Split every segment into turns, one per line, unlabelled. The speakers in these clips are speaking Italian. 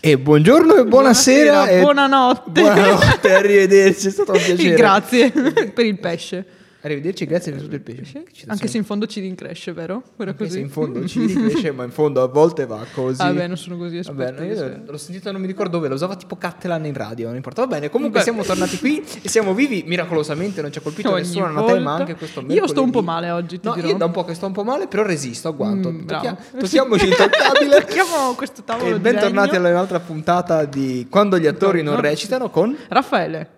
E buongiorno e buonasera.
Buonasera,
e
buonanotte.
Buonanotte, arrivederci, è stato un piacere.
Grazie per il pesce.
Arrivederci, grazie per tutto il piacere. Che citazione.
Anche se in fondo ci rincresce, vero? Era
Anche se
Ah, così.
in fondo ci ricresce, ma in fondo a volte va così.
Ah, beh, non sono così cioè,
Va bene,
esperto.
io
io so.
l'ho sentita, non mi ricordo dove, la usava tipo Cattelan in radio, non importa. Va bene, comunque
Beh.
siamo tornati qui e siamo vivi miracolosamente, non ci ha colpito
Ogni
nessuno a tema,
volta.
anche questo
Io
mercoledì.
sto un po' male oggi, ti
no,
dirò.
Io da un po' che sto un po' male, però resisto, agguanto.
Mm, bravo.
Tocchia- tocchiamoci il toccabile.
Tocchiamo questo tavolo
E
di
bentornati
genio.
alla un'altra puntata di Quando gli attori non
Torno.
recitano con
Raffaele.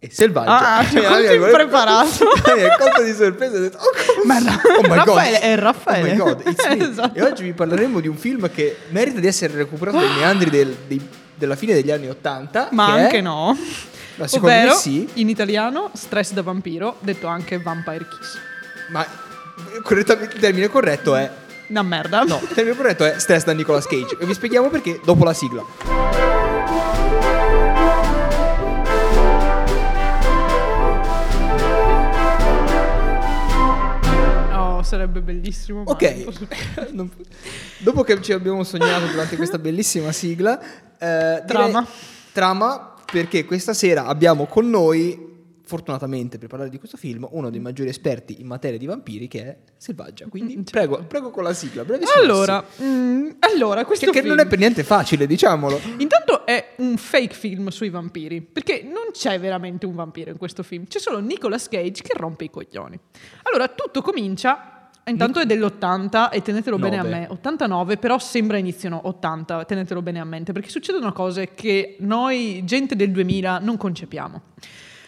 e Selvaggio.
Ah,
Cioè,
quanto
abbiamo-
impreparato.
Eh, colpo di sorpresa ho detto, oh, come-
Ma no,
oh my
Raffaele
God.
è Raffaele.
Oh my God, it's me.
Esatto.
E oggi vi parleremo di un film che merita di essere recuperato dai meandri del- dei- della fine degli anni 80
Ma
che è-
anche no.
Ma secondo
Ovvero,
me sì.
in italiano, stress da vampiro, detto anche vampire kiss.
Ma correttamente, il termine corretto è
Una merda.
No, il termine corretto è stress da Nicolas Cage. E vi spieghiamo perché dopo la sigla.
Oh, sarebbe bellissimo. ma non posso-
Ok, Non- dopo che ci abbiamo sognato durante questa bellissima sigla, eh, direi-
Trama.
trama, perché questa sera abbiamo con noi, fortunatamente per parlare di questo film, uno dei maggiori esperti in materia di vampiri che è Selvaggia. Quindi prego, prego con la sigla, brevi sinossi.
Cioè. Allora, mm, allora, questo
Che, che
film-
non è per niente facile, diciamolo.
Intanto è un fake film sui vampiri, perché non c'è veramente un vampiro in questo film, c'è solo Nicolas Cage che rompe i coglioni. Allora, tutto comincia, intanto è dell'80 e tenetelo bene a
Nove.
me, 89 però sembra inizino 80, tenetelo bene a mente, perché succedono cose che noi, gente del 2000, non concepiamo.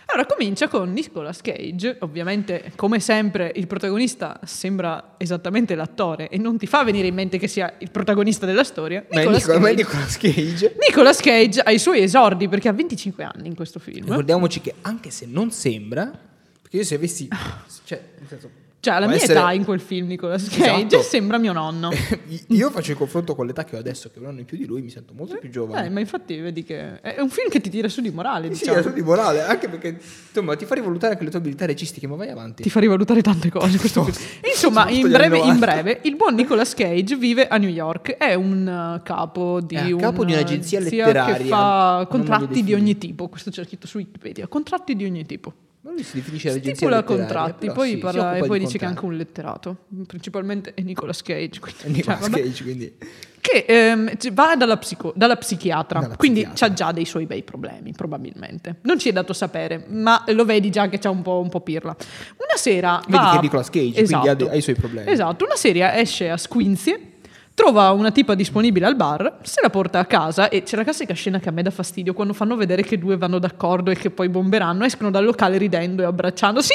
Allora comincia con Nicolas Cage, ovviamente come sempre il protagonista sembra esattamente l'attore e non ti fa venire in mente che sia il protagonista della storia.
Ma è,
Nicolas
Nicola- ma è
Cage. Eh?
Nicolas Cage.
Nicolas Cage ha i suoi esordi perché ha 25 anni in questo film.
Ricordiamoci che anche se non sembra, perché io se avessi... Cioè, nel senso,
Ah. Cioè, alla
può
mia
essere-
età in quel film Nicolas Cage
Esatto.
sembra mio nonno. Eh,
Io faccio il confronto con l'età che ho adesso, che è un anno in più di lui, mi sento molto più giovane.
Eh, ma infatti vedi che è un film che ti tira su di morale,
Sì,
diciamo.
è di morale, anche perché insomma ti fa rivalutare anche le tue abilità registiche, ma vai avanti.
Ti fa rivalutare tante cose questo
Sto-
film. Insomma,
sto
in breve, in
90.
breve, il buon Nicolas Cage vive a New York. È un eh, capo di,
È a capo di un'agenzia
agenzia
letteraria.
che fa
Non mi
contratti di
definire.
ogni tipo. Questo c'è scritto su Wikipedia: contratti di ogni tipo.
Ma lui si definisce l'agenzia
Stipula
letteraria,
contratti,
però
poi
sì, si
parla-
occupa
e poi
di
dice che è anche
contratti.
un letterato, principalmente è Nicolas Cage. quindi-
È Nicolas
cioè, vabbè.
Cage, quindi
Che ehm, c- va dalla, psico- dalla psichiatra,
Dalla
quindi
psichiatra.
ha già dei suoi bei problemi, probabilmente. Non ci è dato sapere, ma lo vedi già che c'ha un po', un po' pirla. Una sera.
Vedi
va-
che è Nicolas Cage, quindi ha, de- ha i suoi problemi.
Esatto, una sera esce a Squinzie, trova una tipa disponibile al bar, se la porta a casa e c'è la classica scena che a me dà fastidio quando fanno vedere che due vanno d'accordo e che poi bomberanno, escono dal locale ridendo e abbracciandosi.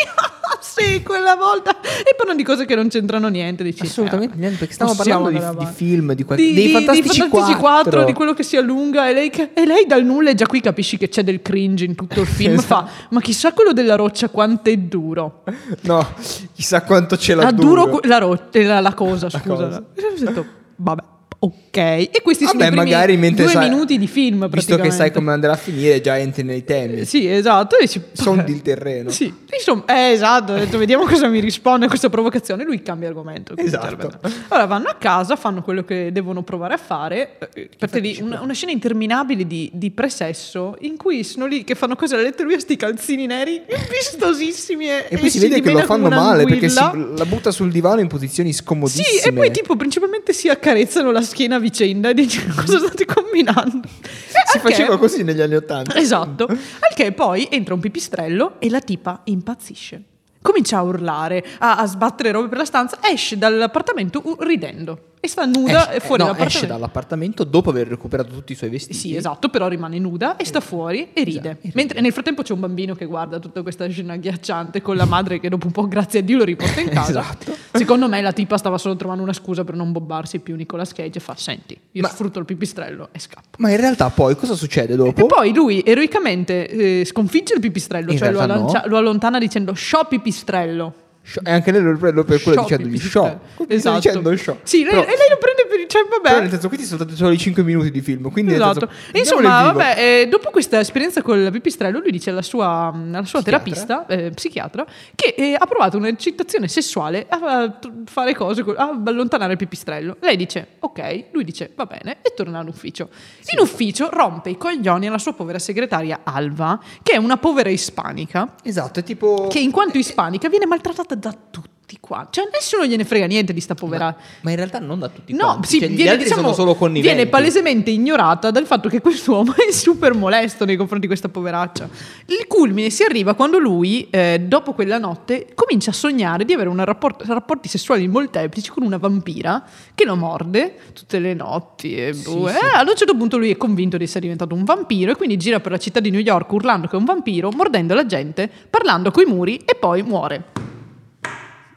sì, quella volta! E parlano di cose che non c'entrano niente. Dici,
Assolutamente
eh,
niente, perché stiamo
possiamo
parlando di-
andare
di
avanti.
film, di qualche- dei Fantastici
Fantastici
Quattro.
4, di quello che si allunga e lei, che- e lei dal nulla e già qui capisci che c'è del cringe in tutto il film.
Esatto.
Fa, ma chissà quello della roccia quanto è duro.
No, chissà quanto ce l'ha
Ah, duro que- la, ro- eh, la- la cosa,
La
scusa.
cosa.
Io ho detto, vabbè, ok. E questi sono
Vabbè,
i primi
magari mentre
due
sai-
minuti di film,
Visto che sai
praticamente.
come andrà a finire, già entri nei temi.
Sì, esatto. e dici,
Sondi il terreno.
Sì, insomma, eh, esatto. Ho detto, vediamo cosa mi risponde a questa provocazione. Lui cambia argomento. quindi
Esatto.
sarebbe andato. Allora vanno a casa, fanno quello che devono provare a fare. eh, Parte lì una, una scena interminabile di, di presesso in cui sono lì che fanno cose alla lettera lui a sti calzini neri vistosissimi. E,
E poi si
si
vede che lo
dimena come
fanno male perché
un'anguilla.
si- la butta sul divano in posizioni scomodissime.
Sì, e poi tipo principalmente si accarezzano la schiena a vicenda e dici cosa state combinando.
si
Al che-
faceva così negli anni Ottanta.
eh, Esatto. Al che poi entra un pipistrello e la tipa impazzisce. Comincia a urlare, a, a sbattere robe per la stanza, esce dall'appartamento u- ridendo e sta nuda
Esce-
fuori
no,
dall'appartamento.
esce dall'appartamento dopo aver recuperato tutti i suoi vestiti.
Sì, esatto, però rimane nuda e sta fuori e ride.
Esatto, e ride.
Mentre nel frattempo c'è un bambino che guarda tutta questa scena agghiacciante con la madre che dopo un po', grazie a Dio, lo riporta in casa.
Esatto.
Secondo me la tipa stava solo trovando una scusa per non bobbarsi più Nicolas Cage e fa, senti, io
Ma-
sfrutto il pipistrello e scappo.
Ma in realtà poi cosa succede dopo?
E poi lui eroicamente eh, sconfigge il pipistrello,
In
cioè lo,
realtà
allancia-
no.
lo allontana dicendo sciò pipistrello.
Sho- E anche lei lo prende per quello
Sciò
dicendogli
pipistrello.
show.
Esatto.
dicendo show.
Sì, lei, e lei lo prende per cioè,
Però nel
vabbè.
senso, questi sono stati solo i 5 minuti di film. Quindi nel
Esatto.
senso,
Insomma,
andiamo nel vivo.
vabbè, eh, dopo questa esperienza col pipistrello, lui dice alla sua, alla sua
Psichiatra.
terapista, eh, psichiatra, che eh, ha provato un'eccitazione sessuale a t- fare cose, co- a allontanare il pipistrello. Lei dice ok, lui dice va bene e torna all'ufficio. In ufficio rompe i coglioni alla sua povera segretaria Alva, che è una povera ispanica,
Esatto, è tipo...
che in quanto ispanica viene maltrattata da tutti qua. Cioè nessuno gliene frega niente di sta povera
Ma, ma in realtà non da tutti
No,
quanti,
sì,
cioè, gli
viene,
altri
diciamo,
sono solo conniventi.
viene palesemente ignorata dal fatto che quest'uomo è super molesto nei confronti di questa poveraccia. Il culmine si arriva quando lui, eh, dopo quella notte, comincia a sognare di avere un rapport- rapporti sessuali molteplici con una vampira che lo morde tutte le notti. E
Sì,
boh,
sì.
eh, Ad un certo punto lui è convinto di essere diventato un vampiro e quindi gira per la città di New York urlando che è un vampiro, mordendo la gente, parlando coi muri e poi muore.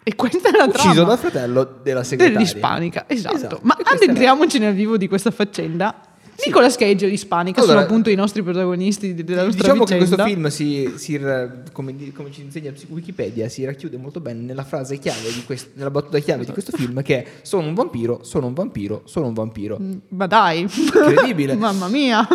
E questa è la trama.
Ucciso dal fratello della segretaria.
Dell'ispanica, esatto.
Esatto.
Ma
E questa era-
addentriamoci nel vivo di questa faccenda.
Sì.
Nicolas Cage e l'ispanica
Allora,
sono appunto i nostri protagonisti di- della nostra
Diciamo che
vicenda.
questo film, si, si r- come, di- come ci insegna psi- Wikipedia, si racchiude molto bene nella frase chiave, di quest- nella battuta chiave di questo film che è sono un vampiro, sono un vampiro, sono un vampiro.
Mm, Ma dai,
Incredibile.
mamma mia,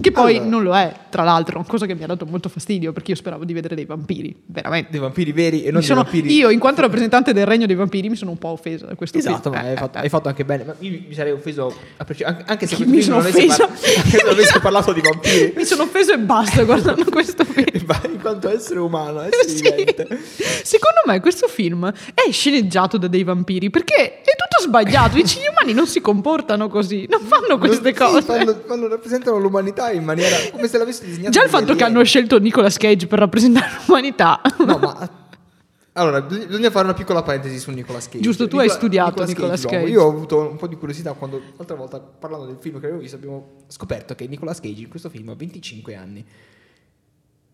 che poi
Allora.
non lo è, tra l'altro, cosa che mi ha dato molto fastidio perché io speravo di vedere dei vampiri, veramente.
Dei vampiri veri e non
Mi
dei
sono-
vampiri...
Io, in quanto rappresentante del regno dei vampiri, mi sono un po' offesa da questo
Esatto,
film.
ma
Eh,
hai,
eh,
fatto,
eh.
hai fatto anche bene. Ma io mi sarei offeso a preci- anche, anche se questo
Chi mi
film
sono
non avesse,
offesa?
par- anche se non avesse parlato di vampiri.
Mi sono offesa e basta guardando questo film.
Ma in quanto essere umano, eh, essere
Sì.
vivente.
Secondo me questo film è sceneggiato da dei vampiri perché è tutto sbagliato. Dici, gli umani non si comportano così, non fanno queste
Sì,
cose.
fanno- fanno- rappresentano l'umanità in maniera come se l'avessi disegnata.
Già il
gli
fatto che
alieni.
hanno scelto Nicolas Cage per rappresentare l'umanità.
No, ma. Allora, bis- bisogna fare una piccola parentesi su Nicolas Cage.
Giusto, tu hai studiato Nicolas Cage.
l'uomo. Io ho avuto un po' di curiosità quando, l'altra volta, parlando del film che avevo visto, abbiamo scoperto che Nicolas Cage in questo film ha 25 anni.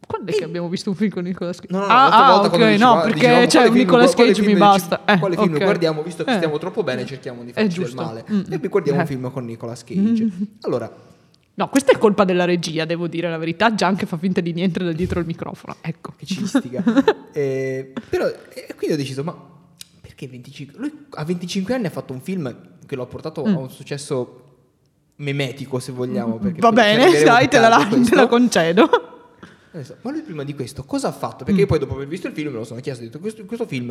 Quando è che abbiamo visto un film con Nicolas Cage?
No, no, no,
ah,
l'altra
ah,
volta
ok,
quando dicevamo-
no, perché
dicevamo,
c'è
quale
un
film-
Nicolas
quale
Cage,
film
mi
ci-
basta. Eh,
quale film
ok.
guardiamo, visto che
Eh.
stiamo troppo bene, cerchiamo di
È
farci del
giusto.
male.
Mm.
E poi guardiamo
Eh.
un film con Nicolas Cage. Allora,
No, questa è colpa della regia, devo dire la verità. Gian che fa finta di niente da dietro il microfono. Ecco.
che ci istiga. Eh, però, e quindi ho deciso, ma perché 25? Lui a 25 anni ha fatto un film che lo ha portato
Mm.
a un successo memetico, se vogliamo. perché
Va
poi ci
bene,
arriveremo
dai,
più
te la,
tardi a
te la
questo.
concedo.
Adesso, ma lui prima di questo cosa ha fatto?
Mm.
Perché io poi dopo aver visto il film me lo sono chiesto, ho detto, questo, questo film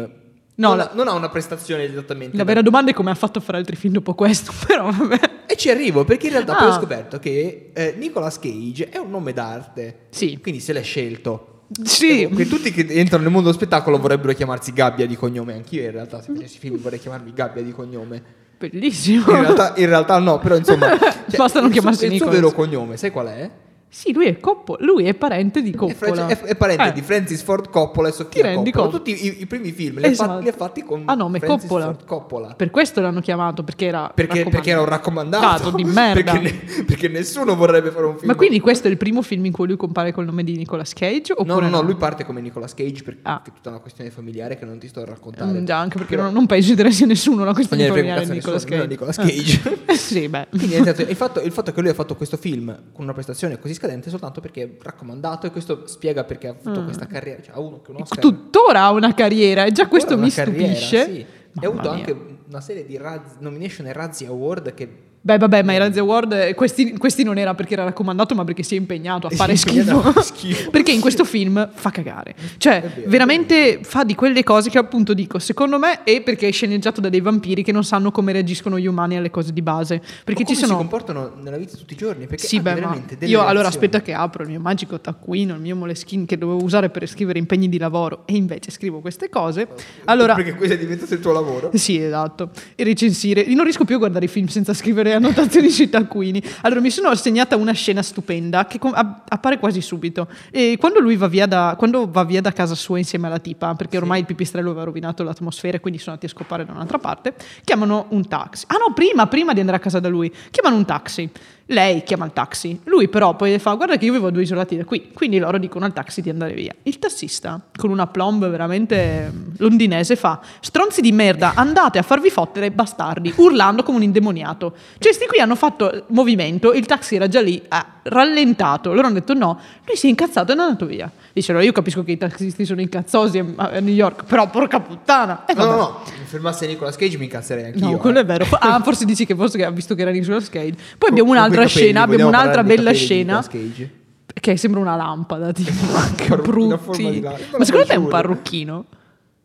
non,
la-
ha, non ha una prestazione esattamente...
La
da-
vera domanda è come ha fatto a fare altri film dopo questo, però vabbè.
E ci arrivo perché in realtà
Ah.
poi ho scoperto che eh, Nicolas Cage è un nome d'arte.
Sì.
Quindi se l'è scelto.
Sì,
Che tutti che entrano nel mondo dello spettacolo vorrebbero chiamarsi Gabbia di cognome. Anch'io in realtà, se facessi film vorrei chiamarmi Gabbia di cognome.
bellissimo.
In realtà, in realtà no, però insomma... cioè,
Basta non
il suo-
chiamarsi
Il suo
Nicolas.
vero cognome, sai qual è?
Sì, lui è, Coppo- lui è parente di
È, fra-
Coppola.
è- è parente
Eh,
di Francis Ford Coppola e
Ti
Sofia
rendi
Coppola.
conto?
Tutti i, i primi film li ha
Esatto.
fatti- li ha fatti con
A nome
Francis
Coppola.
Ford Coppola.
Per questo l'hanno chiamato, perché era,
Perché, perché era un raccomandato
Dato di merda.
Perché, ne- perché nessuno vorrebbe fare un film
Ma quindi questo è il primo film in cui lui compare col nome di Nicolas Cage?
No,
Oppure
no, no, lui parte come Nicolas Cage perché
Ah.
è tutta una questione familiare che non ti sto a raccontare.
Mm, Già, anche perché
Però
non, non penso interessi a nessuno la
non
questione
gliene frega un
familiare
cazzo
di
a
Nicolas
nessuno,
Cage.
non è Nicolas Cage.
Eh, sì, beh.
Quindi nel senso, il, fatto, il fatto che lui ha fatto questo film con una prestazione così scadente è soltanto perché è raccomandato e questo spiega perché ha avuto
Mm.
questa carriera. Cioè, ha avuto anche un Oscar.
Tuttora ha una carriera e già questo
Ancora
mi
una carriera,
stupisce.
sì. E ha
Mamma
avuto
mia.
anche una serie di Raz- nomination e Razzie Award che
Beh, vabbè, ma i Razzie Award eh, questi, questi non era perché era raccomandato, ma perché si è impegnato a
Si è
fare
impegnato a
schifo.
fare schifo.
perché in questo film fa cagare. Cioè,
È vero,
veramente fa di quelle cose che appunto dico, secondo me è perché è sceneggiato da dei vampiri che non sanno come reagiscono gli umani alle cose di base. Perché
o come
ci sono
si comportano nella vita di tutti i giorni. Perché
sì,
hanno
beh, ma
veramente delle
io allora
reazioni.
aspetta che apro il mio magico taccuino, il mio moleskin che dovevo usare per scrivere impegni di lavoro e invece scrivo queste cose. Allora,
Perché questo è diventato il tuo lavoro.
sì, esatto. E recensire. Io non riesco più a guardare i film senza scrivere annotazioni sui taccuini. Allora, mi sono assegnata una scena stupenda che com- app- appare quasi subito. E quando lui va via, da, quando va via da casa sua insieme alla tipa, perché ormai il pipistrello aveva rovinato l'atmosfera e quindi sono andati a scopare da un'altra parte, chiamano un taxi. Ah no, prima, prima di andare a casa da lui, chiamano un taxi. Lei chiama il taxi, lui però poi le fa guarda che io vivo a due giornate da qui, quindi loro dicono al taxi di andare via. Il tassista, con una plomb veramente mm, londinese, fa stronzi di merda, andate a farvi fottere bastardi, urlando come un indemoniato. Cioè sti qui hanno fatto movimento, il taxi era già lì, ha rallentato, loro hanno detto no, lui si è incazzato ed è andato via. Dice allora io capisco che i taxisti sono incazzosi a a New York, però porca puttana. E
No, no,
vabbè.
no, mi fermasse Nicolas Cage mi incazzerei anch'io.
No,
eh.
quello è vero. Fo- Ah, forse dici che forse che ha visto che era lì sullo skate. Poi abbiamo
Con- con
un'altra
quei capelli,
scena, abbiamo
vogliamo
un'altra
parlare dei
bella
capelli di
scena
Nicolas Cage?
che sembra una lampada, tipo, che
Una forma
brutti.
di lampada.
Ma secondo te è un
Giuro.
parrucchino?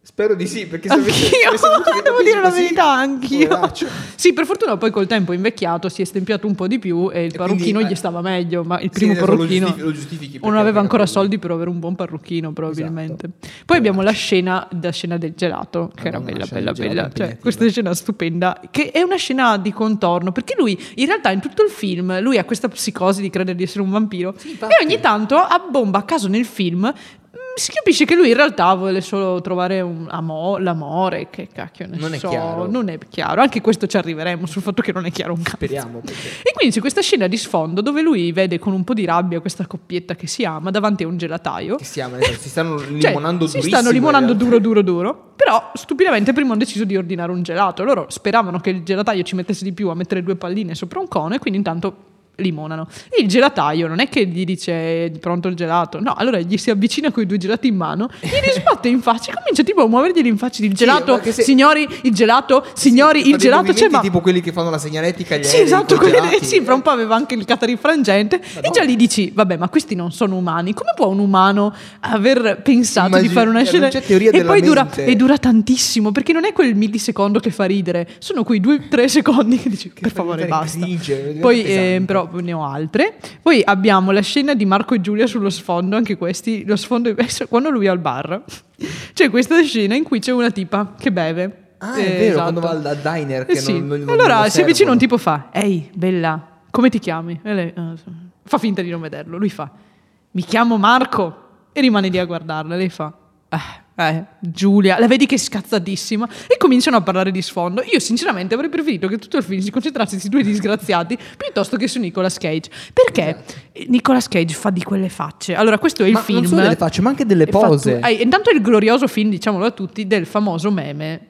Spero di sì, perché se avessi- se
Anch'io,
avessi avuto dei
devo
capelli
dire la
così,
verità, anch'io.
poveraccio.
Sì, per fortuna poi col tempo invecchiato si è stempiato un po' di più e il
E
parrucchino
quindi,
gli
eh,
stava meglio, ma il
sì,
primo
adesso lo
parrucchino
giustifi- lo giustifichi
o non
perché
aveva
aveva
ancora
quello.
soldi per avere un buon parrucchino probabilmente.
Esatto.
Poi abbiamo la scena, la scena del gelato, che era
Madonna,
bella,
la scena
bella,
del gelato
bella.
è
Cioè,
impegnativa.
questa scena stupenda, che è una scena di contorno, perché lui in realtà in tutto il film, lui ha questa psicosi di credere di essere un vampiro
infatti.
e ogni tanto a bomba a caso nel film Mm, si capisce che lui in realtà vuole solo trovare un amo- l'amore, che cacchio ne
Non è
so,
chiaro.
non è chiaro, anche questo ci arriveremo sul fatto che non è chiaro un cazzo.
Speriamo, perché...
E quindi c'è questa scena di sfondo dove lui vede con un po' di rabbia questa coppietta che si ama davanti a un gelataio.
Che stiamo, nel senso, si stanno
Cioè,
limonando
si
durissimo,
stanno
in
limonando
realtà.
duro duro duro però stupidamente prima hanno deciso di ordinare un gelato loro speravano che il gelataio ci mettesse di più a mettere due palline sopra un cono e quindi intanto limonano e il gelataio non è che gli dice "È pronto il gelato no allora gli si avvicina con i due gelati in mano gli sbatte in faccia e comincia tipo a muovergli in faccia il gelato
ma che se-
signori il gelato
Sì,
signori
fa
il
dei
gelato c'è
movimenti
ma
tipo quelli che fanno la segnaletica agli
sì,
aerei
esatto,
con i
quelli-
gelati.
sì, fra un po' aveva anche il catarifrangente e
Madonna.
già lì dici, vabbè, ma questi non sono umani. Come può un umano aver pensato di
Immagini-
fare una
cioè,
scena
non c'è teoria
e
della
poi dura,
mente.
e dura tantissimo, perché non è quel millisecondo che fa ridere, sono quei due, tre secondi che dici, per
fa
favore,
diventare
basta.
cringe, diventa
Poi,
pesante.
eh, però, ne ho altre. Poi abbiamo la scena di Marco e Giulia sullo sfondo, anche questi, lo sfondo quando lui è al bar. C'è questa scena in cui c'è una tipa che beve.
Ah, è vero, quando va al- al diner
Esatto. Eh
che
sì.
non- non- non
allora
lo
si avvicina
servono.
un tipo fa: Ehi, bella, come ti chiami? E lei, "Ah, so". fa finta di non vederlo. Lui fa: Mi chiamo Marco. E rimane lì a guardarla. Lei fa: "Eh, eh, Giulia, la vedi che è scazzatissima. E cominciano a parlare di sfondo. Io, sinceramente, avrei preferito che tutto il film si concentrasse su questi due disgraziati piuttosto che su Nicolas Cage. Perché Nicolas Cage fa di quelle facce. Allora, questo è il
Esatto. Ma
film.
non solo delle facce, ma anche delle
È fatto-
pose.
eh, intanto è il glorioso film, diciamolo a tutti, del famoso meme,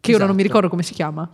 che ora non mi
Esatto.
ricordo come si chiama.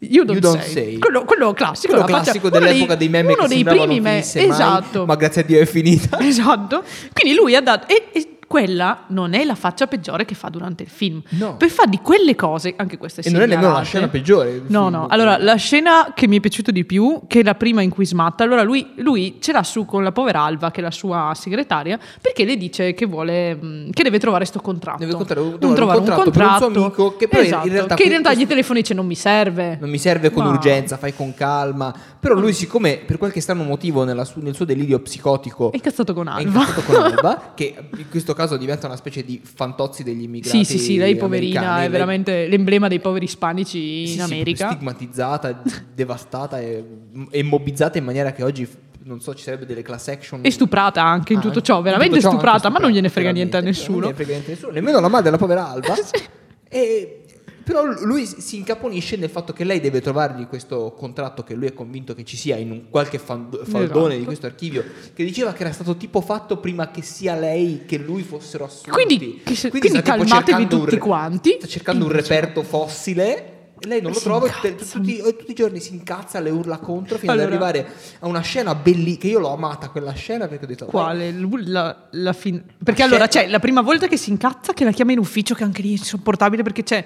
You don't,
You don't
say.
say.
Quello, quello classico,
Quello
la faccia-
classico
uno
dell'epoca dei meme
uno
che
dei
sembravano
primi meme,
finisse mai,
esatto.
ma grazie a Dio è finita.
Esatto. Quindi lui ha dato. E, e quella non è la faccia peggiore che fa durante il film.
No.
Per fa di quelle cose, anche queste
E non è nemmeno la
segnalate.
scena peggiore del
No,
film,
no.
quindi.
Allora, la scena che mi è piaciuta di più, che è la prima in cui smatta, allora lui, lui ce l'ha su con la povera Alva, che è la sua segretaria, perché le dice che vuole. mh, che deve trovare sto contratto.
Deve contrarre-
Un
trovare un
trovare
contratto per un suo amico che però in- in
Esatto,
realtà
Che
que-
in realtà gli
questo-
telefoni dice non mi serve.
Non mi serve con
Ma-
urgenza, fai con calma. Però lui, siccome per qualche strano motivo nella su- nel suo delirio psicotico
È incazzato con
è
Alva.
incazzato con Alba, che in questo caso diventa una specie di fantozzi degli immigrati.
Sì, sì, sì, lei poverina
americani,
è
lei-
veramente l'emblema dei poveri ispanici in
Sì, sì,
America.
stigmatizzata, devastata e, e mobbizzata in maniera che oggi non so, ci sarebbe delle class action.
e stuprata anche in
Ah,
tutto ciò,
in
veramente
tutto ciò anche
stuprata, ma non gliene frega
veramente.
niente a
Non
nessuno.
gliene frega niente a nessuno, nemmeno la madre della povera Alba.
Sì.
E- però lui si incaponisce nel fatto che lei deve trovargli questo contratto che lui è convinto che ci sia in un qualche fan- faldone
Esatto.
di questo archivio che diceva che era stato tipo fatto prima che sia lei che lui fossero assunti.
Quindi, che se- quindi
sta tipo
calmatevi
cercando un
tutti
re-
quanti.
Sta cercando un
Invece-
reperto fossile. e Lei non lo
Si
trova e te-
incazza.
tutti, e tutti i giorni si incazza, le urla contro fino ad
Allora.
arrivare a una scena bellissima. Che io l'ho amata quella scena perché ho detto: "Eh,
Quale? L- La, la fin- perché
C'è-
allora c'è la prima volta che si incazza che la chiama in ufficio, che anche lì è insopportabile perché c'è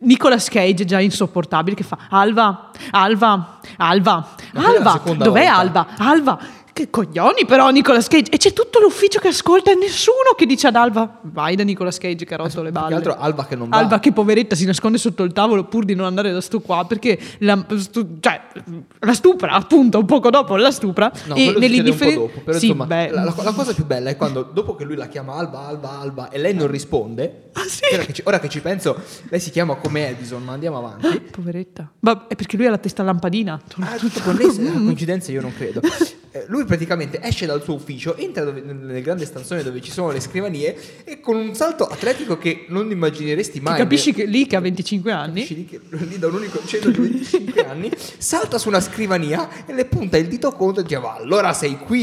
Nicolas Cage già insopportabile che fa Alva, Alva, Alva,
Ma quella è la
Alva,
seconda
dov'è
volta.
Alva, Alva? Che coglioni però Nicolas Cage! E c'è tutto l'ufficio che ascolta e nessuno che dice ad Alva vai da Nicolas Cage che ha rotto le
Eh, Più
balle.
che altro Alba che non va.
Alba che poveretta si nasconde sotto il tavolo pur di non andare da sto qua perché la, stu- cioè, la stupra appunto poco dopo la stupra
No, quello succede
e
un
nell'indiffer-
po' dopo, però
Sì,
insomma,
beh. mm.
la, la co- la cosa più bella è quando dopo che lui la chiama Alba, Alba, Alba e lei non risponde.
Ah, sì?
che Ora, che ci, ora che ci penso, lei si chiama come Edison, ma andiamo avanti.
Poveretta. Ma è perché lui ha la testa lampadina.
Ah, tutto connesso, è una coincidenza io non credo. Mm. eh, lui praticamente esce dal suo ufficio, entra dove- nel grande stanzone dove ci sono le scrivanie e con un salto atletico che non immagineresti mai.
capisci che lì che ha 25 anni
Capisci che lì da un unico cielo di 25 anni salta su una scrivania e le punta il dito contro e dice va allora sei qui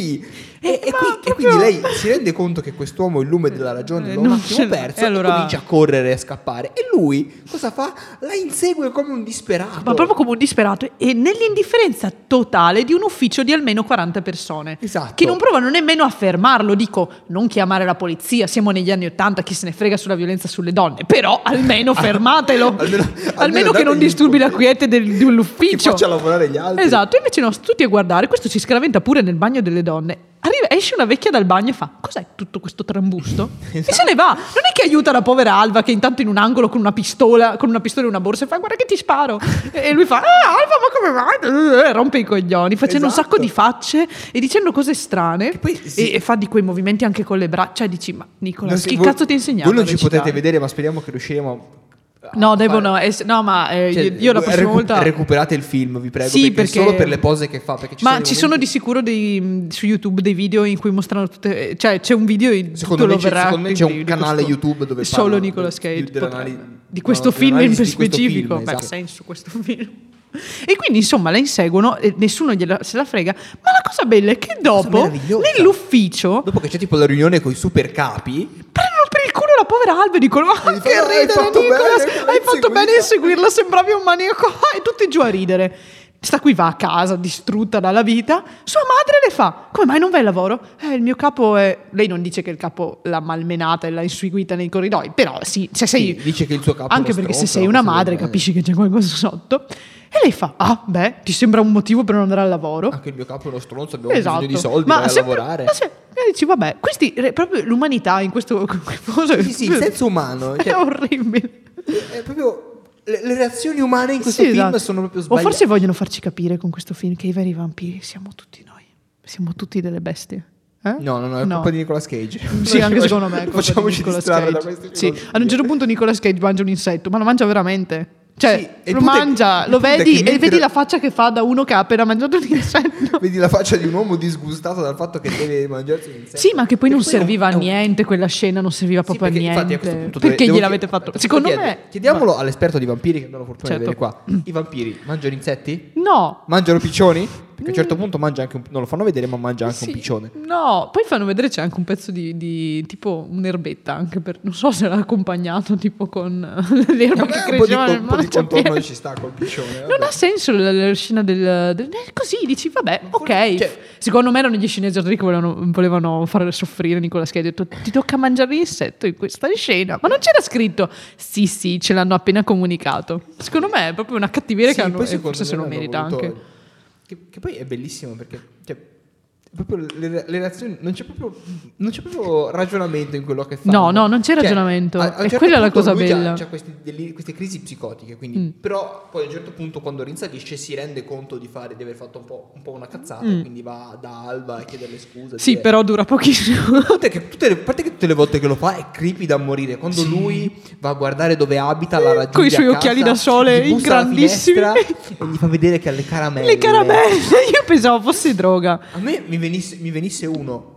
e,
Eh,
e
ma
qui- e
proprio-
quindi lei si rende conto che quest'uomo il lume della ragione
Eh,
lo ha
non
un
ce
attimo
l'ha.
perso
E
e,
allora-
comincia a correre e a scappare e lui cosa fa? la insegue come un disperato
ma proprio come un disperato e nell'indifferenza totale di un ufficio di almeno 40 persone
Esatto.
che non provano nemmeno a fermarlo dico non chiamare la polizia siamo negli anni 80 chi se ne frega sulla violenza sulle donne però almeno fermatelo almeno,
Ah, Almeno- almeno
che non
dategli
disturbi
un po'
la
di-
quiete del-
che
dell'ufficio
faccia lavorare gli altri
Esatto, invece no, tutti a guardare, questo si scaraventa pure nel bagno delle donne. Arriva, esce una vecchia dal bagno e fa: Cos'è tutto questo trambusto? E se ne va. Non è che aiuta la povera Alva, che intanto in un angolo con una pistola, con una pistola e una borsa, e fa: Guarda che ti sparo. E e lui fa: Ah, Alva, ma come vai? Eh, Rompe i coglioni, facendo un
Esatto.
sacco di facce e dicendo cose strane.
Che poi si-
e, e fa di quei movimenti anche con le braccia. E dici: Ma Nicola,
Non si-
che
voi-
cazzo ti ha insegnato?
voi non
a
ci potete
recitare?"
vedere ma speriamo che riusciremo a- a
No,
fare-
devono essere. No, ma eh,
Cioè,
io la prossima
recu-
volta.
recuperate il film vi prego
Sì,
perché,
perché-
solo per le pose che fa perché ci
ma
sono dei
ci sono
momenti-
di sicuro dei, mh, su YouTube dei video in cui mostrano tutte. eh, Cioè, c'è un video in
Secondo
tutto
me, c'è,
l'overacting
secondo me c'è
di-
un
di
canale
questo-
YouTube dove
solo
parlano
Nicolas
del-
Cage
del-
potrebbe-
dell'anali-
di
no,
questo film in
dell'analisi di questo
specifico.
film,
Beh, ha
esatto.
senso questo film. E quindi insomma la inseguono e nessuno gliela, se la frega. Ma la cosa bella è che dopo,
meravigliosa.
nell'ufficio,
Dopo che c'è tipo la riunione con i super capi,
prendono per il culo la povera Alba e dicono: Ma
gli
che
fa, "No, hai
ridere,
fatto
Nicolas!
bene,
hai
l'hai
fatto bene a
seguita."
seguirla, sembravi un maniaco. E tutti giù a ridere. Sta qui va a casa distrutta dalla vita. Sua madre le fa: Come mai non vai al lavoro? Eh, il mio capo è. Lei non dice che il capo l'ha malmenata e l'ha inseguita nei corridoi, però sì, se sei.
Sì, dice che il suo capo
Anche
è uno
perché se
stronzo, eh.
sei
una
una
cosa del
madre
genere.
capisci che c'è qualcosa sotto. E lei fa: Ah, beh, ti sembra un motivo per non andare al lavoro?
anche il mio capo è uno stronzo, abbiamo bisogno di soldi, vai
se-
a lavorare.
Esatto. Ma se, e dici, vabbè, questi, re- proprio l'umanità in questo cosa,
Sì, sì, il senso umano,
è
cioè,
orribile.
è proprio le, le reazioni umane in questo
Sì,
film
esatto.
sono proprio
O
sbagliate.
forse vogliono farci capire con questo film che i veri vampiri siamo tutti noi, siamo tutti delle bestie. Eh?
No, no, no, è colpa di Nicolas Cage.
Sì, anche secondo me. è
Non
colpa di
Facciamoci
Nicolas
distrarre da
Cage.
queste
Sì,
cose.
ad un certo punto Nicolas Cage mangia un insetto, ma lo mangia veramente.
Sì,
Cioè,
e il
lo
punto è-
mangia,
il
lo
punto è che
vedi e
mentre-
vedi la faccia che fa da uno che ha appena mangiato un insetto.
Vedi la faccia di un uomo disgustato dal fatto che deve mangiarsi un insetto.
Sì, ma che poi
E
non
è un-
serviva
è
a
un-
niente quella scena, non serviva
Sì,
proprio a
perché, infatti,
niente.
a questo punto dove-
perché
devo
gliel'avete
chied-
fatto?
aspetta,
Secondo
chiedo-
me
Chiediamolo all'esperto di vampiri che abbiamo la fortuna
Certo.
di avere qua. I vampiri mangiano insetti?
No.
Mangiano piccioni? Perché a un certo punto mangia anche un... Non lo fanno vedere, ma mangia anche
Mm. Sì.
un piccione.
No, poi fanno vedere c'è anche un pezzo di, di- tipo un'erbetta, anche per non so se l'ha accompagnato tipo con l'erba che
Eh, un po' di,
cresceva
co-
nel
un po' di
marciapiede.
contorno ci sta col piccione.
Non
vabbè.
ha senso la, la scena del, del- eh, così dici vabbè, ok.
cioè-
Secondo me erano gli sceneggiatori che volevano, volevano far soffrire Nicola Schia. Ha detto ti tocca mangiare l'insetto in questa scena. Ma non c'era scritto sì, sì, ce l'hanno appena comunicato. Secondo me è proprio una cattiveria
Sì,
che hanno,
poi
e
secondo
forse
me
se lo
hanno
merita
voluto-
anche.
Che, che poi è bellissimo perché... cioè, proprio le, le reazioni non c'è proprio non c'è proprio ragionamento in quello che fa
No, no, non c'è ragionamento.
a, a un
E
certo
quella è la
punto
cosa
lui c'ha-
bella. Mm.
c'ha questi deli- queste crisi psicotiche quindi però poi a un certo punto quando rinsatisce si rende conto di, fare, di aver fatto un po', un po' una cazzata quindi va da Alba a chiederle scusa
Mm. Sì,
dire-
però dura pochissimo.
Il punto è che tutte le, a parte che tutte le volte che lo fa è creepy da morire. Quando lui va a guardare dove abita, la raggiunge.
coi suoi
a casa,
occhiali da sole
gli bussa alla
grandissimi.
finestra E gli fa vedere che ha le caramelle.
Le caramelle, io pensavo fosse droga.
A me mi venisse, mi venisse uno.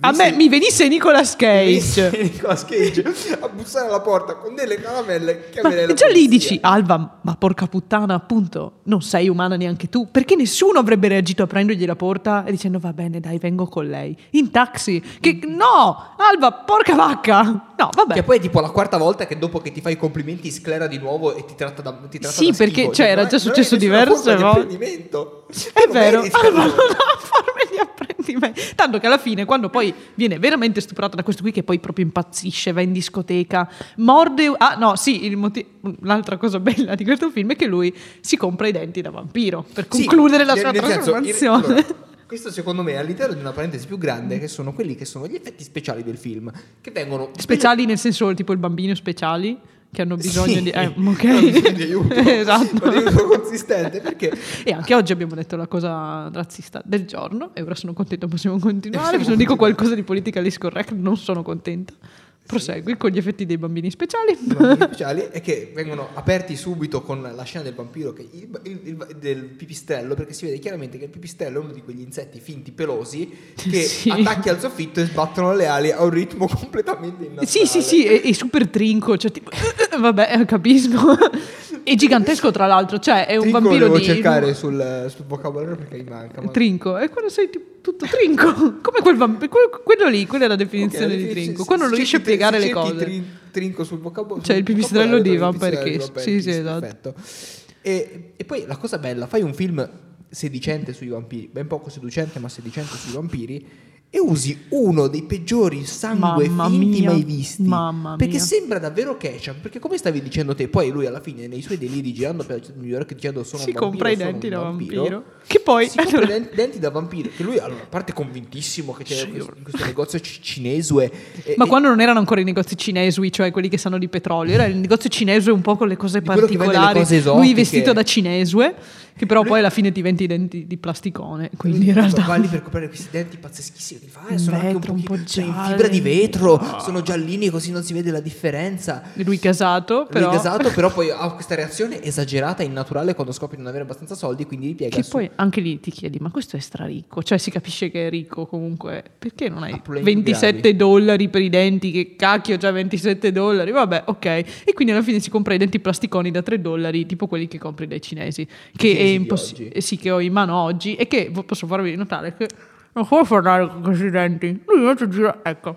A me mi venisse Nicola
venisse
Cage.
Nicolas Cage a bussare alla porta con delle caramelle.
Ma
chiamerei la
già lì
polizia.
dici, ah, Alva, ma porca puttana, appunto, non sei umana neanche tu. Perché nessuno avrebbe reagito aprendogli la porta e dicendo, va bene, dai, vengo con lei. In taxi. Che, no, Alva, porca vacca. No, vabbè.
Che poi è tipo la quarta volta che dopo che ti fa i complimenti sclera di nuovo e ti tratta da ti tratta
Sì,
da
perché,
schifo.
cioè, era
non è-
già
non è
successo
nessuna
diverse
forma di
volte.
apprendimento.
È
Non
vero,
meriti,
allora
cavolo.
una forma di apprendimento. Tanto che alla fine, quando poi viene veramente stuprato da questo qui, che poi proprio impazzisce, va in discoteca, morde. Ah, no, sì, il moti- l'altra cosa bella di questo film è che lui si compra i denti da vampiro per
Sì,
concludere la
nel-
sua
nel senso,
trasformazione.
in- allora, questo secondo me è all'interno di una parentesi più grande che sono quelli che sono gli effetti speciali del film, che vengono
speciali nel senso tipo il bambino speciali che hanno bisogno
Sì,
di. Eh,
hanno
ok.
bisogno di aiuto,
esatto.
di aiuto consistente perché
E anche oggi abbiamo detto la cosa razzista del giorno e ora sono contenta, possiamo
Eh,
continuare.
sì,
Se non dico qualcosa di politically correct non sono contenta. Prosegui con gli effetti dei bambini speciali.
I bambini speciali è che vengono aperti subito con la scena del vampiro che il- il- il- del pipistrello perché si vede chiaramente che il pipistrello è uno di quegli insetti finti pelosi che
Sì.
attacchi al soffitto e sbattono le ali a un ritmo completamente innaturale
Sì, sì, sì, e, e super trinco, cioè tipo, vabbè, eh, capisco. È gigantesco tra l'altro, cioè è un
Trinco
vampiro
lo devo
di...
cercare sul, sul vocabolario perché mi manca ma-
Trinco, è quando sei tipo tutto trinco, come quel vampiro, quello lì, quella è la definizione
Ok,
di
se-
trinco,
se-
quando
se
non riesce a
cerchi- se
piegare le
cerchi
cose.
trin- trinco sul vocabolario.
Cioè, il pipistrello di Vampire Kiss. Sì, sì, esatto.
Perfetto. E, e poi la cosa bella, fai un film sedicente sui vampiri, ben poco seducente, ma sedicente sui vampiri. E usi uno dei peggiori sangue
Mamma
finti
mia,
mai visti.
mamma
perché
mia.
sembra davvero ketchup. Perché, come stavi dicendo te, poi lui alla fine nei suoi deliri girando per New York dicendo sono
si
un vampiro,
compra i
sono
denti
un
da vampiro.
vampiro
Che poi...
si compra i
allora,
denti, denti da vampiro. Che lui, allora, a parte convintissimo che c'è
Sì.
questo, in questo negozio c- cinese. e-
ma
e-
quando non erano ancora i negozi cinesi, cioè quelli che sanno di petrolio, era il negozio cinese un po' con le cose
Di quello che vende le
particolari.
cose
Lui
esotiche.
vestito da cinese, che però poi alla fine diventi i denti di plasticone, quindi in realtà...
va lì per coprire questi denti pazzeschissimi che fa, eh,
Un
sono anche
vetro,
un,
un
pochi-
po'
cioè, in
gialli. Ah.
fibra di vetro, sono giallini così non si vede la differenza.
E Lui casato,
Però...
però...
Lui gasato, però poi ha questa reazione esagerata e innaturale quando scopre di non avere abbastanza soldi, quindi ripiega
Che
su-
poi anche lì ti chiedi, ma questo è straricco, cioè si capisce che è ricco comunque, perché non
Ha
hai
problemi
27
gravi.
dollari per i denti, che cacchio già 27 dollari, vabbè ok, e quindi alla fine si compra i denti plasticoni da 3 dollari, tipo quelli che compri dai cinesi, che è
cinesi di oggi.
impossibile, sì che ho in mano oggi e che vo- posso farvi notare che non puoi parlare con questi denti, lui invece gira, ecco.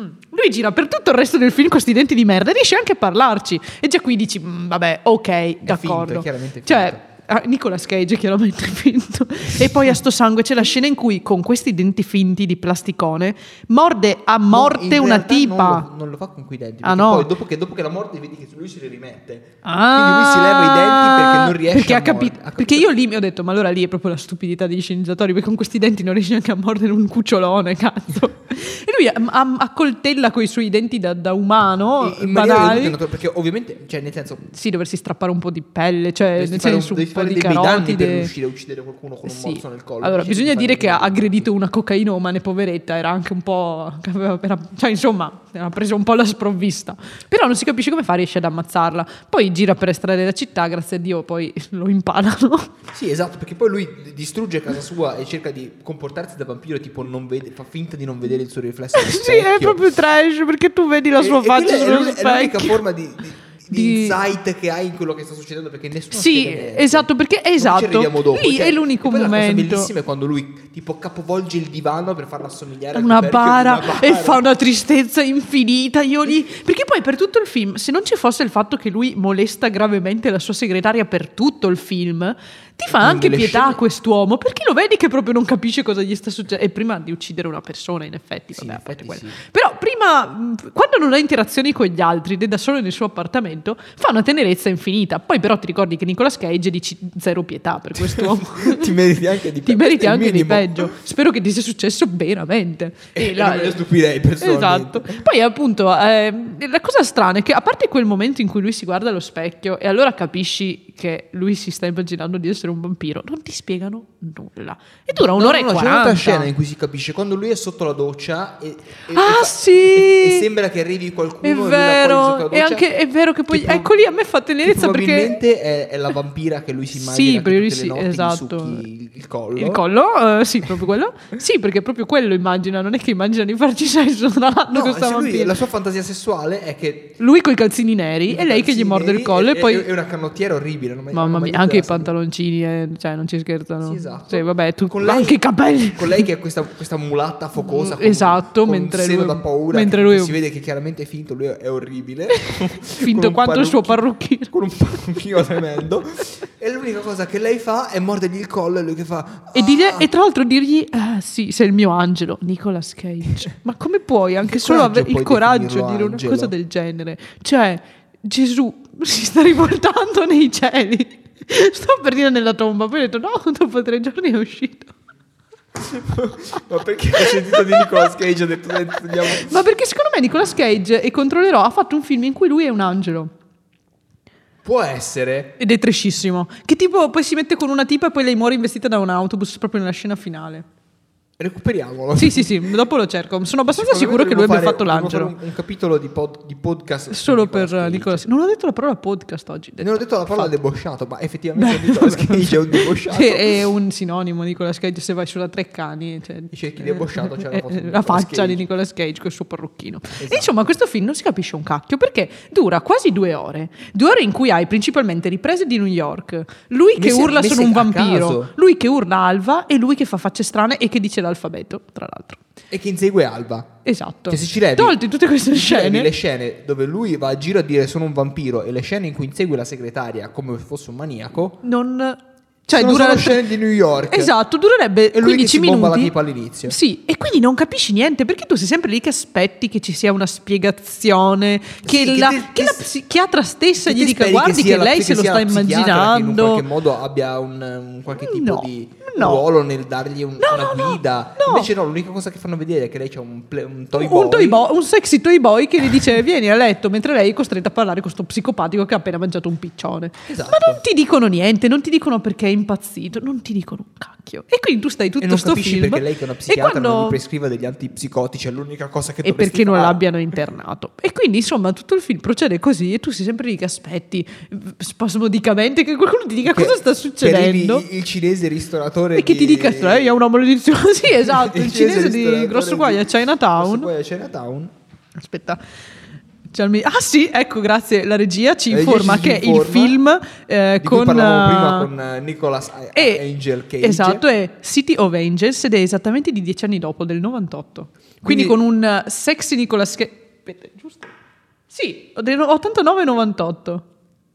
Mm. Lui gira per tutto il resto del film con questi denti di merda e riesce anche a parlarci. E già qui dici, "Mm, vabbè, ok, d'accordo.
finto, è chiaramente
Cioè,
finto.
Ah, Nicolas Cage è chiaramente finto. E poi a sto sangue c'è la scena in cui con questi denti finti di plasticone morde a
No,
morte
in
una
realtà Non
tipa.
lo, non lo fa con quei denti.
Ah,
perché
no.
Poi dopo che, dopo che la morte vedi che lui se li rimette. Quindi lui
Ah,
si leva i denti perché non riesce
perché
a
ha capi-
mor- ha capito-
Perché io lì mi ho detto, ma allora lì è proprio la stupidità degli sceneggiatori, perché con questi denti non riesce neanche a mordere un cucciolone, cazzo. E lui a- a- accoltella con i suoi denti da, da umano,
in- in maniera
banali.
veduta, perché ovviamente, cioè nel senso,
Sì, doversi strappare un po' di pelle, cioè
Dovresti
nel
fare, un,
senso un,
devi
po'
fare
di
dei bei danni per
carotide.
riuscire a uccidere qualcuno con un
Sì.
morso nel collo.
Allora,
Riuscire
bisogna
a fare
dire che
dei
ha
danni.
aggredito una cocainomane, poveretta, era anche un po'. era- cioè, insomma, era preso un po' la sprovvista. Però non si capisce come fa, riesce ad ammazzarla. Poi gira per strade della città, grazie a Dio, poi lo impalano.
Sì, esatto, perché poi lui d- distrugge casa sua e cerca di comportarsi da vampiro, tipo non vede, fa finta di non vedere il suo riflesso. allo
sì,
specchio.
è proprio trash perché tu vedi la
E-
sua
e
faccia
quella è
sullo
l'unica- È l'unica
specchio.
forma di, di- di
Di-
insight che hai in quello che sta succedendo perché nessuno
Sì,
spiega niente.
esatto, perché
Non ci
esatto.
arriviamo dopo,
Lì
cioè,
è l'unico
e poi La cosa
momento.
bellissima è quando lui tipo capovolge il divano per farla assomigliare a
una bara, e fa
una
una tristezza infinita. Io lì. Perché poi per tutto il film, se non ci fosse il fatto che lui molesta gravemente la sua segretaria per tutto il film, ti fa
Quindi
anche
le
pietà
scene-
a quest'uomo. Perché lo vedi che proprio non capisce cosa gli sta succedendo. E prima di uccidere una persona, in effetti.
Sì,
vabbè,
in
a parte
effetti
quello. Però prima, mh, quando non ha interazioni con gli altri ed è da solo nel suo appartamento, fa una tenerezza infinita. Poi però ti ricordi che Nicolas Cage dici zero pietà per quest'uomo.
Ti meriti anche di
Ti
peggio,
meriti
il
anche di
minimo.
peggio. Spero che ti sia successo veramente. eh,
E non me ne stupirei, personalmente.
Esatto. Poi appunto eh, la cosa strana è che a parte quel momento in cui lui si guarda allo specchio e allora capisci che lui si sta immaginando di essere un vampiro, non ti spiegano nulla. E dura un'ora
no, no, C'è
e
un'altra
quaranta.
scena in cui si capisce quando lui è sotto la doccia e, e-
Ah,
e fa-
sì!
e- e sembra che arrivi qualcuno
È
e lui la poggia sotto la
vero, e
doccia,
anche è vero che poi
che pro-
ecco lì a me fa
che
tenerezza perché
probabilmente è, è la vampira che lui si
Sì,
immagina che
perché lui
tutte le
sì,
notti gli
esatto.
succhi il, il collo
il collo, eh, sì, proprio quello. Sì, perché proprio quello immagina, non è che immagina di farci sesso tra l'altro
No,
questa
se lui-
vampira.
la sua fantasia sessuale è che
Lui coi calzini neri e lei che gli morde il collo e poi...
è una canottiera orribile non mi-
Mamma
non mi
mia, anche i
ricordo.
pantaloncini, eh, cioè non ci scherzano.
Sì, esatto.
Cioè, vabbè, tu,
Con lei-
anche i capelli.
con lei che è questa, questa mulatta focosa con,
Esatto,
con
mentre
seno
lui-
da paura che-
mentre lui-
che si vede che chiaramente è finto lui è orribile
Finto quanto il suo parrucchino.
con un parrucchino tremendo e l'unica cosa che lei fa è mordergli il collo e lui che fa
E,
"Ah,
dire- e tra l'altro dirgli, "Ah, sì, sei il mio angelo, Nicolas Cage. Ma come puoi anche
Che
solo
coraggio
avere il
puoi
coraggio di
definirlo
dire una
angelo?
cosa del genere? Cioè, Gesù si sta rivoltando nei cieli. Sto per dire nella tomba, poi ho detto no, dopo tre giorni è uscito.
"Ah, ma perché ho sentito di Nicolas Cage ho detto "Senti, andiamo
Ma perché secondo me Nicolas Cage, e controllerò, ha fatto un film in cui lui è un angelo.
può essere
Ed è trescissimo. Che tipo poi si mette con una tipa e poi lei muore investita da un autobus proprio nella scena finale.
Recuperiamolo.
Sì, sì, sì, dopo lo cerco. Sono abbastanza sicuro
Sicuramente
che lui
dobbiamo
abbia fatto
fare- dobbiamo fare
l'angelo.
Un, un capitolo di, pod- di podcast. su
Solo per
Nicolas
eh,
Cage.
Nicola Cage. Non ho detto la parola podcast oggi.
Non ho detto la parola
Fatto.
debosciato, ma effettivamente Nicolas Cage è un debosciato.
Che è un sinonimo di Nicolas Cage se vai sulla Treccani. Cioè,
cerchi debosciato, c'è la
eh,
foto di
la
Nicolas
faccia
Cage.
di Nicolas Cage col suo parrucchino. E
Esatto.
Insomma, questo film non si capisce un cacchio perché dura quasi due ore. Due ore in cui hai principalmente riprese di New York, lui che
Messe-
urla
messe
sono un
a
vampiro,
caso.
lui che urla Alva e lui che fa facce strane e che dice l'alfabeto, tra l'altro.
E che insegue Alba.
Esatto.
Che se ci levi-
Tolti tutte queste
se ci levi
scene.
Le scene dove lui va a giro a dire sono un vampiro e le scene in cui insegue la segretaria come se fosse un maniaco.
non cioè
sono
dura
solo scene di New York.
Esatto, durerebbe
E lui che
15
si bomba
minuti.
la tipa all'inizio.
Sì, e quindi non capisci niente perché tu sei sempre lì che aspetti che ci sia una spiegazione, che,
Sì, che
la,
te-
che
te-
la psichiatra stessa
Che
Cioè,
te
gli dica
speri
guardi che,
sia la-
lei se lo
sia
sta
la psichiatra, che in un
immaginando.
qualche modo abbia un, un qualche tipo
No,
di
no.
ruolo nel dargli un-
No,
una
no, no,
guida.
no.
Invece no, l'unica cosa che fanno vedere è che lei c'è un, ple- un toy boy.
un, toy boy- un sexy toy boy che gli dice vieni a letto mentre lei è costretta a parlare con questo psicopatico che ha appena mangiato un piccione.
Esatto.
Ma non ti dicono niente, non ti dicono perché è impazzito, non ti dicono un cacchio. E quindi tu stai tutto
e non
sto
capisci
film
perché lei che è una
e
psichiatra non gli
quando-
prescriva degli antipsicotici, è l'unica cosa che
e
dovresti
perché non
fare.
l'abbiano internato. E quindi insomma tutto il film procede così e tu sei sempre lì che aspetti eh, spasmodicamente che qualcuno ti dica
Che-
cosa sta
che
succedendo.
arrivi il cinese ristoratore
E che ti dica, lei ha una maledizione. sì, esatto, il cinese di
ristoratore
Grosso Guaio a
Grosso
Chinatown.
Guaio a Chinatown.
Aspetta. C'è il mi- Ah sì, ecco, grazie. La regia ci
La regia
informa
ci
che
informa
il film eh,
di cui
con...
parlavamo
eh,
prima con eh, Nicolas A-
e-
Angel Cage.
Esatto, è City of Angels ed è esattamente di dieci anni dopo, del 98. Quindi,
Quindi-
con un eh, sexy Nicolas Cage... Aspetta, giusto? Sì, del 89-98.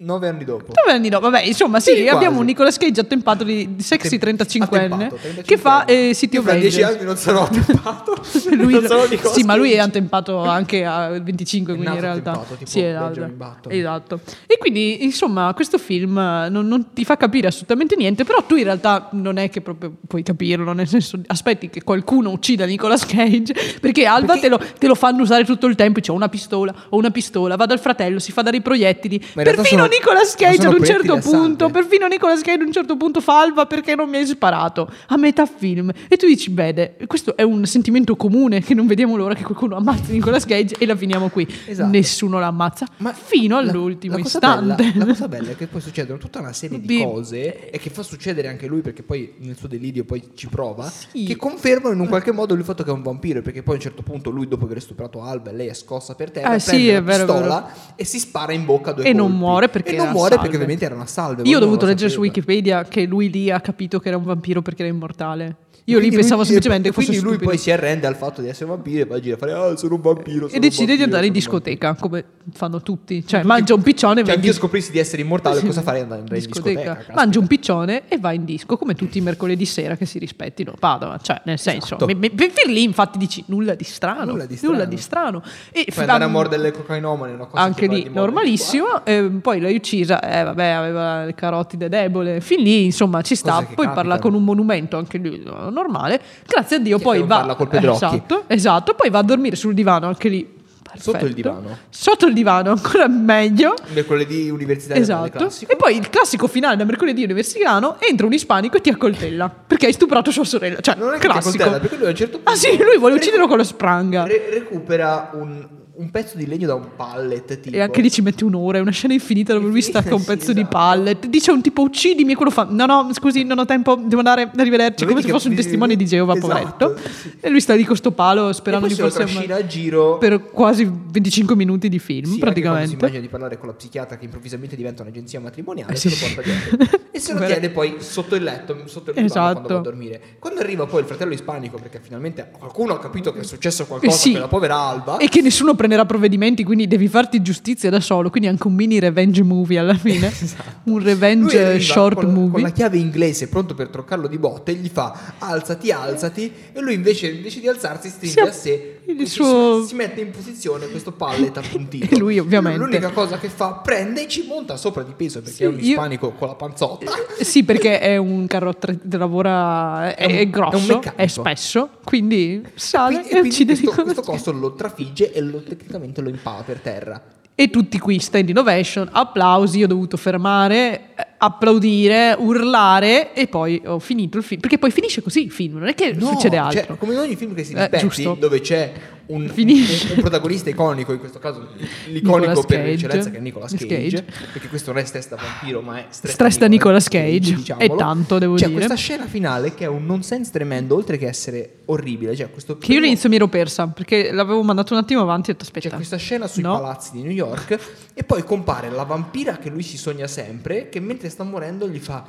9 anni dopo.
Dove anni dopo? Vabbè, insomma, sì,
Sì, quasi.
abbiamo un Nicolas Cage attempato di, di sexy
Tem-
35enne
attempato, 35enne.
che fa eh, City
Io
of
fra
Angels.
10 anni non sarò attempato.
Lui-
non sarò Nicolas
sì, ma lui è
Cage.
antempato anche a 25,
È
quindi in
nato
realtà.
attempato, tipo
sì, era-
Benjamin Button.
Esatto. E quindi, insomma, questo film eh, non, non ti fa capire assolutamente niente, però tu in realtà non è che proprio puoi capirlo, nel senso aspetti che qualcuno uccida Nicolas Cage, perché Alba
Perché-
Te, lo, te lo fanno usare tutto il tempo, c'è una pistola, ho una pistola, va dal fratello, si fa dare i proiettili.
Ma in realtà
Perfino
sono-
Nicolas
ma
Cage
sono
ad un certo
proiettili a
punto,
sangue.
perfino Nicolas Cage ad un certo punto fa Alba perché non mi hai sparato a metà film e tu dici bene questo è un sentimento comune che non vediamo l'ora che qualcuno ammazzi Nicolas Cage e la finiamo qui
Esatto.
nessuno l'ammazza fino
la-
all'ultimo
la cosa
istante
bella- la cosa bella è che poi succedono tutta una serie di,
Di- eh.
cose e che fa succedere anche lui perché poi nel suo delirio poi ci prova
Sì.
che confermano in un qualche modo il fatto che è un vampiro perché poi a un certo punto lui dopo aver stuprato Alba e lei è scossa per terra
Eh,
prende
sì,
la
è vero, è
pistola e si spara in bocca due
E non
colpi.
muore perché
e non
era
muore
salve.
perché ovviamente era una salve ma
io
lui
ho
non
dovuto
lo
leggere su
sapeva.
Wikipedia che lui lì ha capito che era un vampiro perché era immortale io
Quindi
lì
lui-
pensavo
e-
semplicemente
e
che fosse
quindi lui
stupido
poi si arrende al fatto di essere un vampiro e va a girare a fare ah sono un vampiro sono
e
un
decide di
vampiro,
andare in
sono un vampiro".
discoteca come fanno tutti cioè mangia un piccione e
cioè
va in
anch'io
discoteca
scoprissi di essere immortale
Sì.
cosa farei andare in discoteca caspita.
Mangia un piccione e va in disco come tutti i mercoledì sera che si rispettino. Padova, cioè, nel senso,
Esatto.
me- me- per per lì infatti dici nulla di strano.
Nulla di strano.
strano. E
Poi
fa-
andare a mordere le cocainomane è una cosa
anche
che va
lì
di moda qua.
normalissimo, ehm, poi l'hai uccisa, eh vabbè aveva le carotide debole, fin lì insomma ci sta,
Cose che
poi parla
capitano.
con un monumento anche lui no, normale, grazie a Dio
Che
poi
non
va...
parla col Pedrocchi.
Esatto, esatto, poi va a dormire sul divano anche lì.
Sotto il
perfetto.
divano.
Sotto il divano, ancora meglio.
mercoledì universitario grande
Esatto.
classico.
E poi il classico finale da mercoledì universitano entra un ispanico e ti accoltella perché hai stuprato sua sorella. Cioè,
non è che ti
classico.
accoltella, perché lui a un certo punto
Ah sì, lui vuole
recu-
ucciderlo con la spranga.
re- recupera un, un pezzo di legno da un pallet tipo.
E anche lì ci mette un'ora, è una scena infinita dove lui stacca un
Sì,
pezzo di
esatto.
pallet. Dice a un tipo uccidimi e quello fa no no scusi non ho tempo, devo andare, arrivederci.
Vedi
Come se
che-
fosse un testimone di Geova,
Esatto,
poveretto.
sì.
E lui sta lì con sto palo
e
sperando
poi
di
se lo
forse...
trascina a giro
Per quasi 25 minuti di film
Sì, anche quando Si
praticamente.
immagina di parlare con la psichiatra che improvvisamente diventa un'agenzia matrimoniale
Eh,
e
sì,
se lo porta
sì.
dietro. e se lo
Guarda.
tiene poi sotto il letto, sotto il divano quando va a
Esatto.
dormire. Quando arriva poi il fratello ispanico, perché finalmente qualcuno ha capito che è successo qualcosa
Eh Sì.
per la povera Alba.
E che nessuno prenderà provvedimenti, quindi devi farti giustizia da solo. Quindi anche un mini revenge movie alla fine. Un
Esatto. Lui
revenge
arriva
eh, short
con,
movie.
con la chiave inglese pronto per troccarlo di botte gli fa alzati alzati e lui invece, invece di alzarsi stringe
Si
a sé
il
si-
suo-
si, mette in posizione questo pallet appuntito
E lui, ovviamente.
l'unica cosa che fa prende e ci monta sopra di peso perché
Sì,
è un
io- Eh,
ispanico con la panzotta
Sì, perché è un carro attre- lavora,
È
è,
un-
è grosso,
è un meccanico.
è spesso, quindi sale
Quindi- e
e
quindi
eh, uccide
questo,
Nicolas
questo coso lo trafigge e lo, tecnicamente lo impala per terra.
E tutti qui stand innovation, applausi, io ho dovuto fermare. eh, applaudire, urlare e poi ho finito il film. Perché poi finisce così il film, non è che
No,
succede altro.
Cioè, come in ogni film che si
Eh,
rispetti,
giusto.
dove c'è un,
Finisce.
un- un protagonista iconico, in questo caso l'iconico
Nicolas
per
Cage.
eccellenza che è Nicolas Cage,
Cage.
perché questo non è stress da vampiro, ma è stress,
Stress da Nicolas Cage,
diciamolo.
e tanto, devo
c'è
dire.
questa scena finale che è un nonsense tremendo, oltre che essere orribile. Cioè, questo
Che io
primo-
all'inizio mi ero persa perché l'avevo mandato un attimo avanti e ho detto aspetta.
C'è questa scena sui
no.
palazzi di New York e poi compare la vampira che lui si sogna sempre, che mentre sta morendo gli fa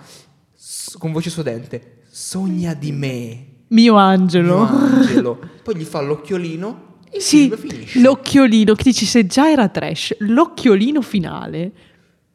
s- con voce sodente "Sogna di me".
Mio angelo.
Mio angelo. Poi gli fa l'occhiolino e il
sì,
film finisce.
l'occhiolino che dici se già era trash, l'occhiolino finale.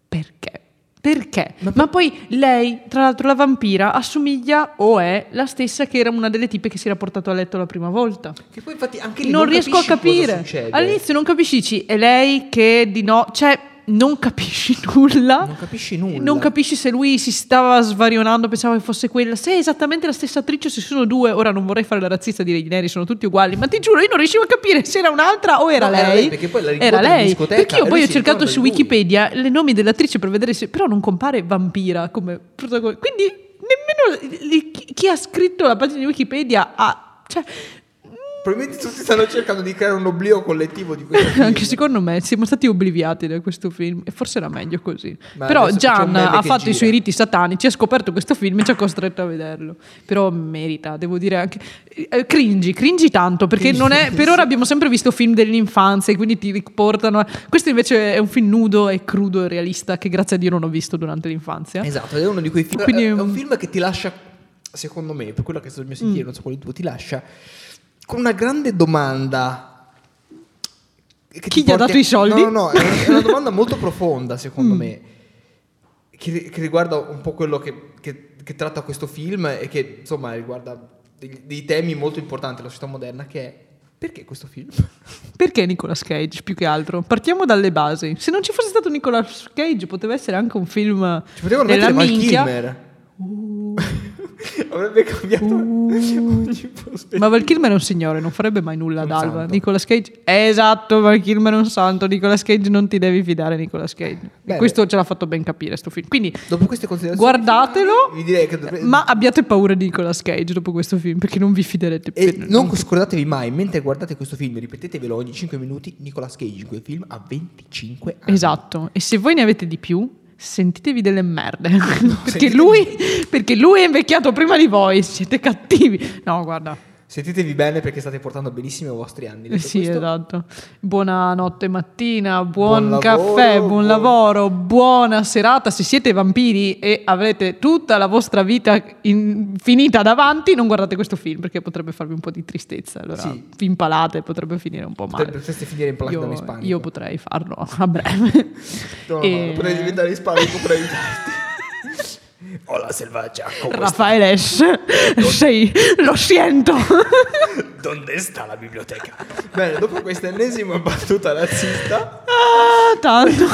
Perché? Perché? Ma, poi lei, tra l'altro la vampira, assomiglia o è la stessa che era una delle tipe che si era portato a letto la prima volta.
Che poi infatti anche lì
non, riesco a
capisci cosa
capire.
succede.
All'inizio non capisci, dici, è lei che di no, cioè non capisci nulla.
non capisci nulla.
Non capisci se lui si stava svarionando, pensava che fosse quella. Se è esattamente la stessa attrice, se sono due. Ora non vorrei fare la razzista di i neri, sono tutti uguali. Ma ti giuro, io non riuscivo a capire se era un'altra o era
No, era
lei.
lei, perché poi la
Era
incontra in
lei.
discoteca
Perché io
e
poi
lui
ho
si
cercato
ricorda
su
di lui.
Wikipedia i nomi dell'attrice per vedere se. Però non compare vampira come protagonista. Quindi nemmeno li- chi- chi ha scritto la pagina di Wikipedia ha. Cioè,
Probabilmente tutti stanno cercando di creare un oblio collettivo di questo film.
anche secondo me siamo stati obliviati da questo film e forse era meglio così.
Ma
Però
adesso c'è un
Gian
meme
ha
che
fatto i
gira.
suoi riti satanici, ha scoperto questo film e ci ha costretto a vederlo. Però merita, devo dire anche eh, cringi, cringi tanto perché non è per ora abbiamo sempre visto film dell'infanzia e quindi ti riportano a- questo invece è un film nudo e crudo e realista che grazie a Dio non ho visto durante l'infanzia.
Esatto, ed è uno di quei film.
Quindi
è
è un- Mm.
un film che ti lascia, secondo me, per quello che è stato il mio sentire, non so quale tuo, ti lascia con una grande domanda. che ti
Chi gli ha dato i soldi?
No,
Mm.
no, no, è una, è una domanda molto profonda, secondo me, che, che riguarda un po' quello che, che- che tratta questo film e che, insomma, riguarda dei, dei temi molto importanti della società moderna, che è perché questo film?
Perché Nicolas Cage più che altro? Partiamo dalle basi. Se non ci fosse stato Nicolas Cage poteva essere anche un film
Ci potevano
della
mettere Val
minchia. Oh.
Kilmer. Avrebbe cambiato
Uh.
ogni prospettiva.
Ma Val Kilmer è un signore, non farebbe mai nulla ad
Un
Alba.
santo.
Nicolas Cage, esatto, Val Kilmer è un santo. Nicolas Cage, non ti devi fidare, Nicolas Cage.
Bene.
E questo ce l'ha fatto ben capire, sto film. Quindi
Dopo queste considerazioni,
guardatelo,
vi direi che dovre-
ma abbiate paura di Nicolas Cage dopo questo film, perché non vi fiderete
e
per-
non scordatevi mai, mentre guardate questo film, ripetetevelo ogni 5 minuti, Nicolas Cage in quel film ha 25 anni.
Esatto, e se voi ne avete di più, sentitevi delle merde. perché,
sentitevi-
lui, perché lui è invecchiato prima di voi, siete cattivi. No, guarda,
Sentitevi bene perché state portando benissimo i vostri anni. Detto
Sì,
questo,
esatto. Buonanotte mattina, buon,
Buon
caffè,
lavoro,
buon,
buon-
lavoro, buona serata. Se siete vampiri e avrete tutta la vostra vita in- finita davanti, non guardate questo film perché potrebbe farvi un po' di tristezza. Allora
Sì.
vi impalate, potrebbe finire un po' male.
Potreste finire in placca
Io,
in Spagna.
io Eh. potrei farlo a breve.
No, no,
E-
no, potrei diventare ispanico per aiutarti. Hola selvaggia, come
Raffaele, sei, lo sento.
sta- Donde sta la biblioteca? Bene, dopo questa ennesima battuta razzista,
Ah, tanto.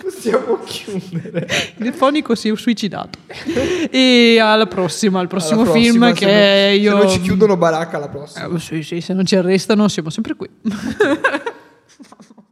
possiamo chiudere.
Il fonico si è suicidato. E alla prossima, al prossimo
Alla prossima,
film
se
che
non-
io...
Se non ci chiudono baracca alla prossima.
Eh, sì, sì, se non ci arrestano siamo sempre qui.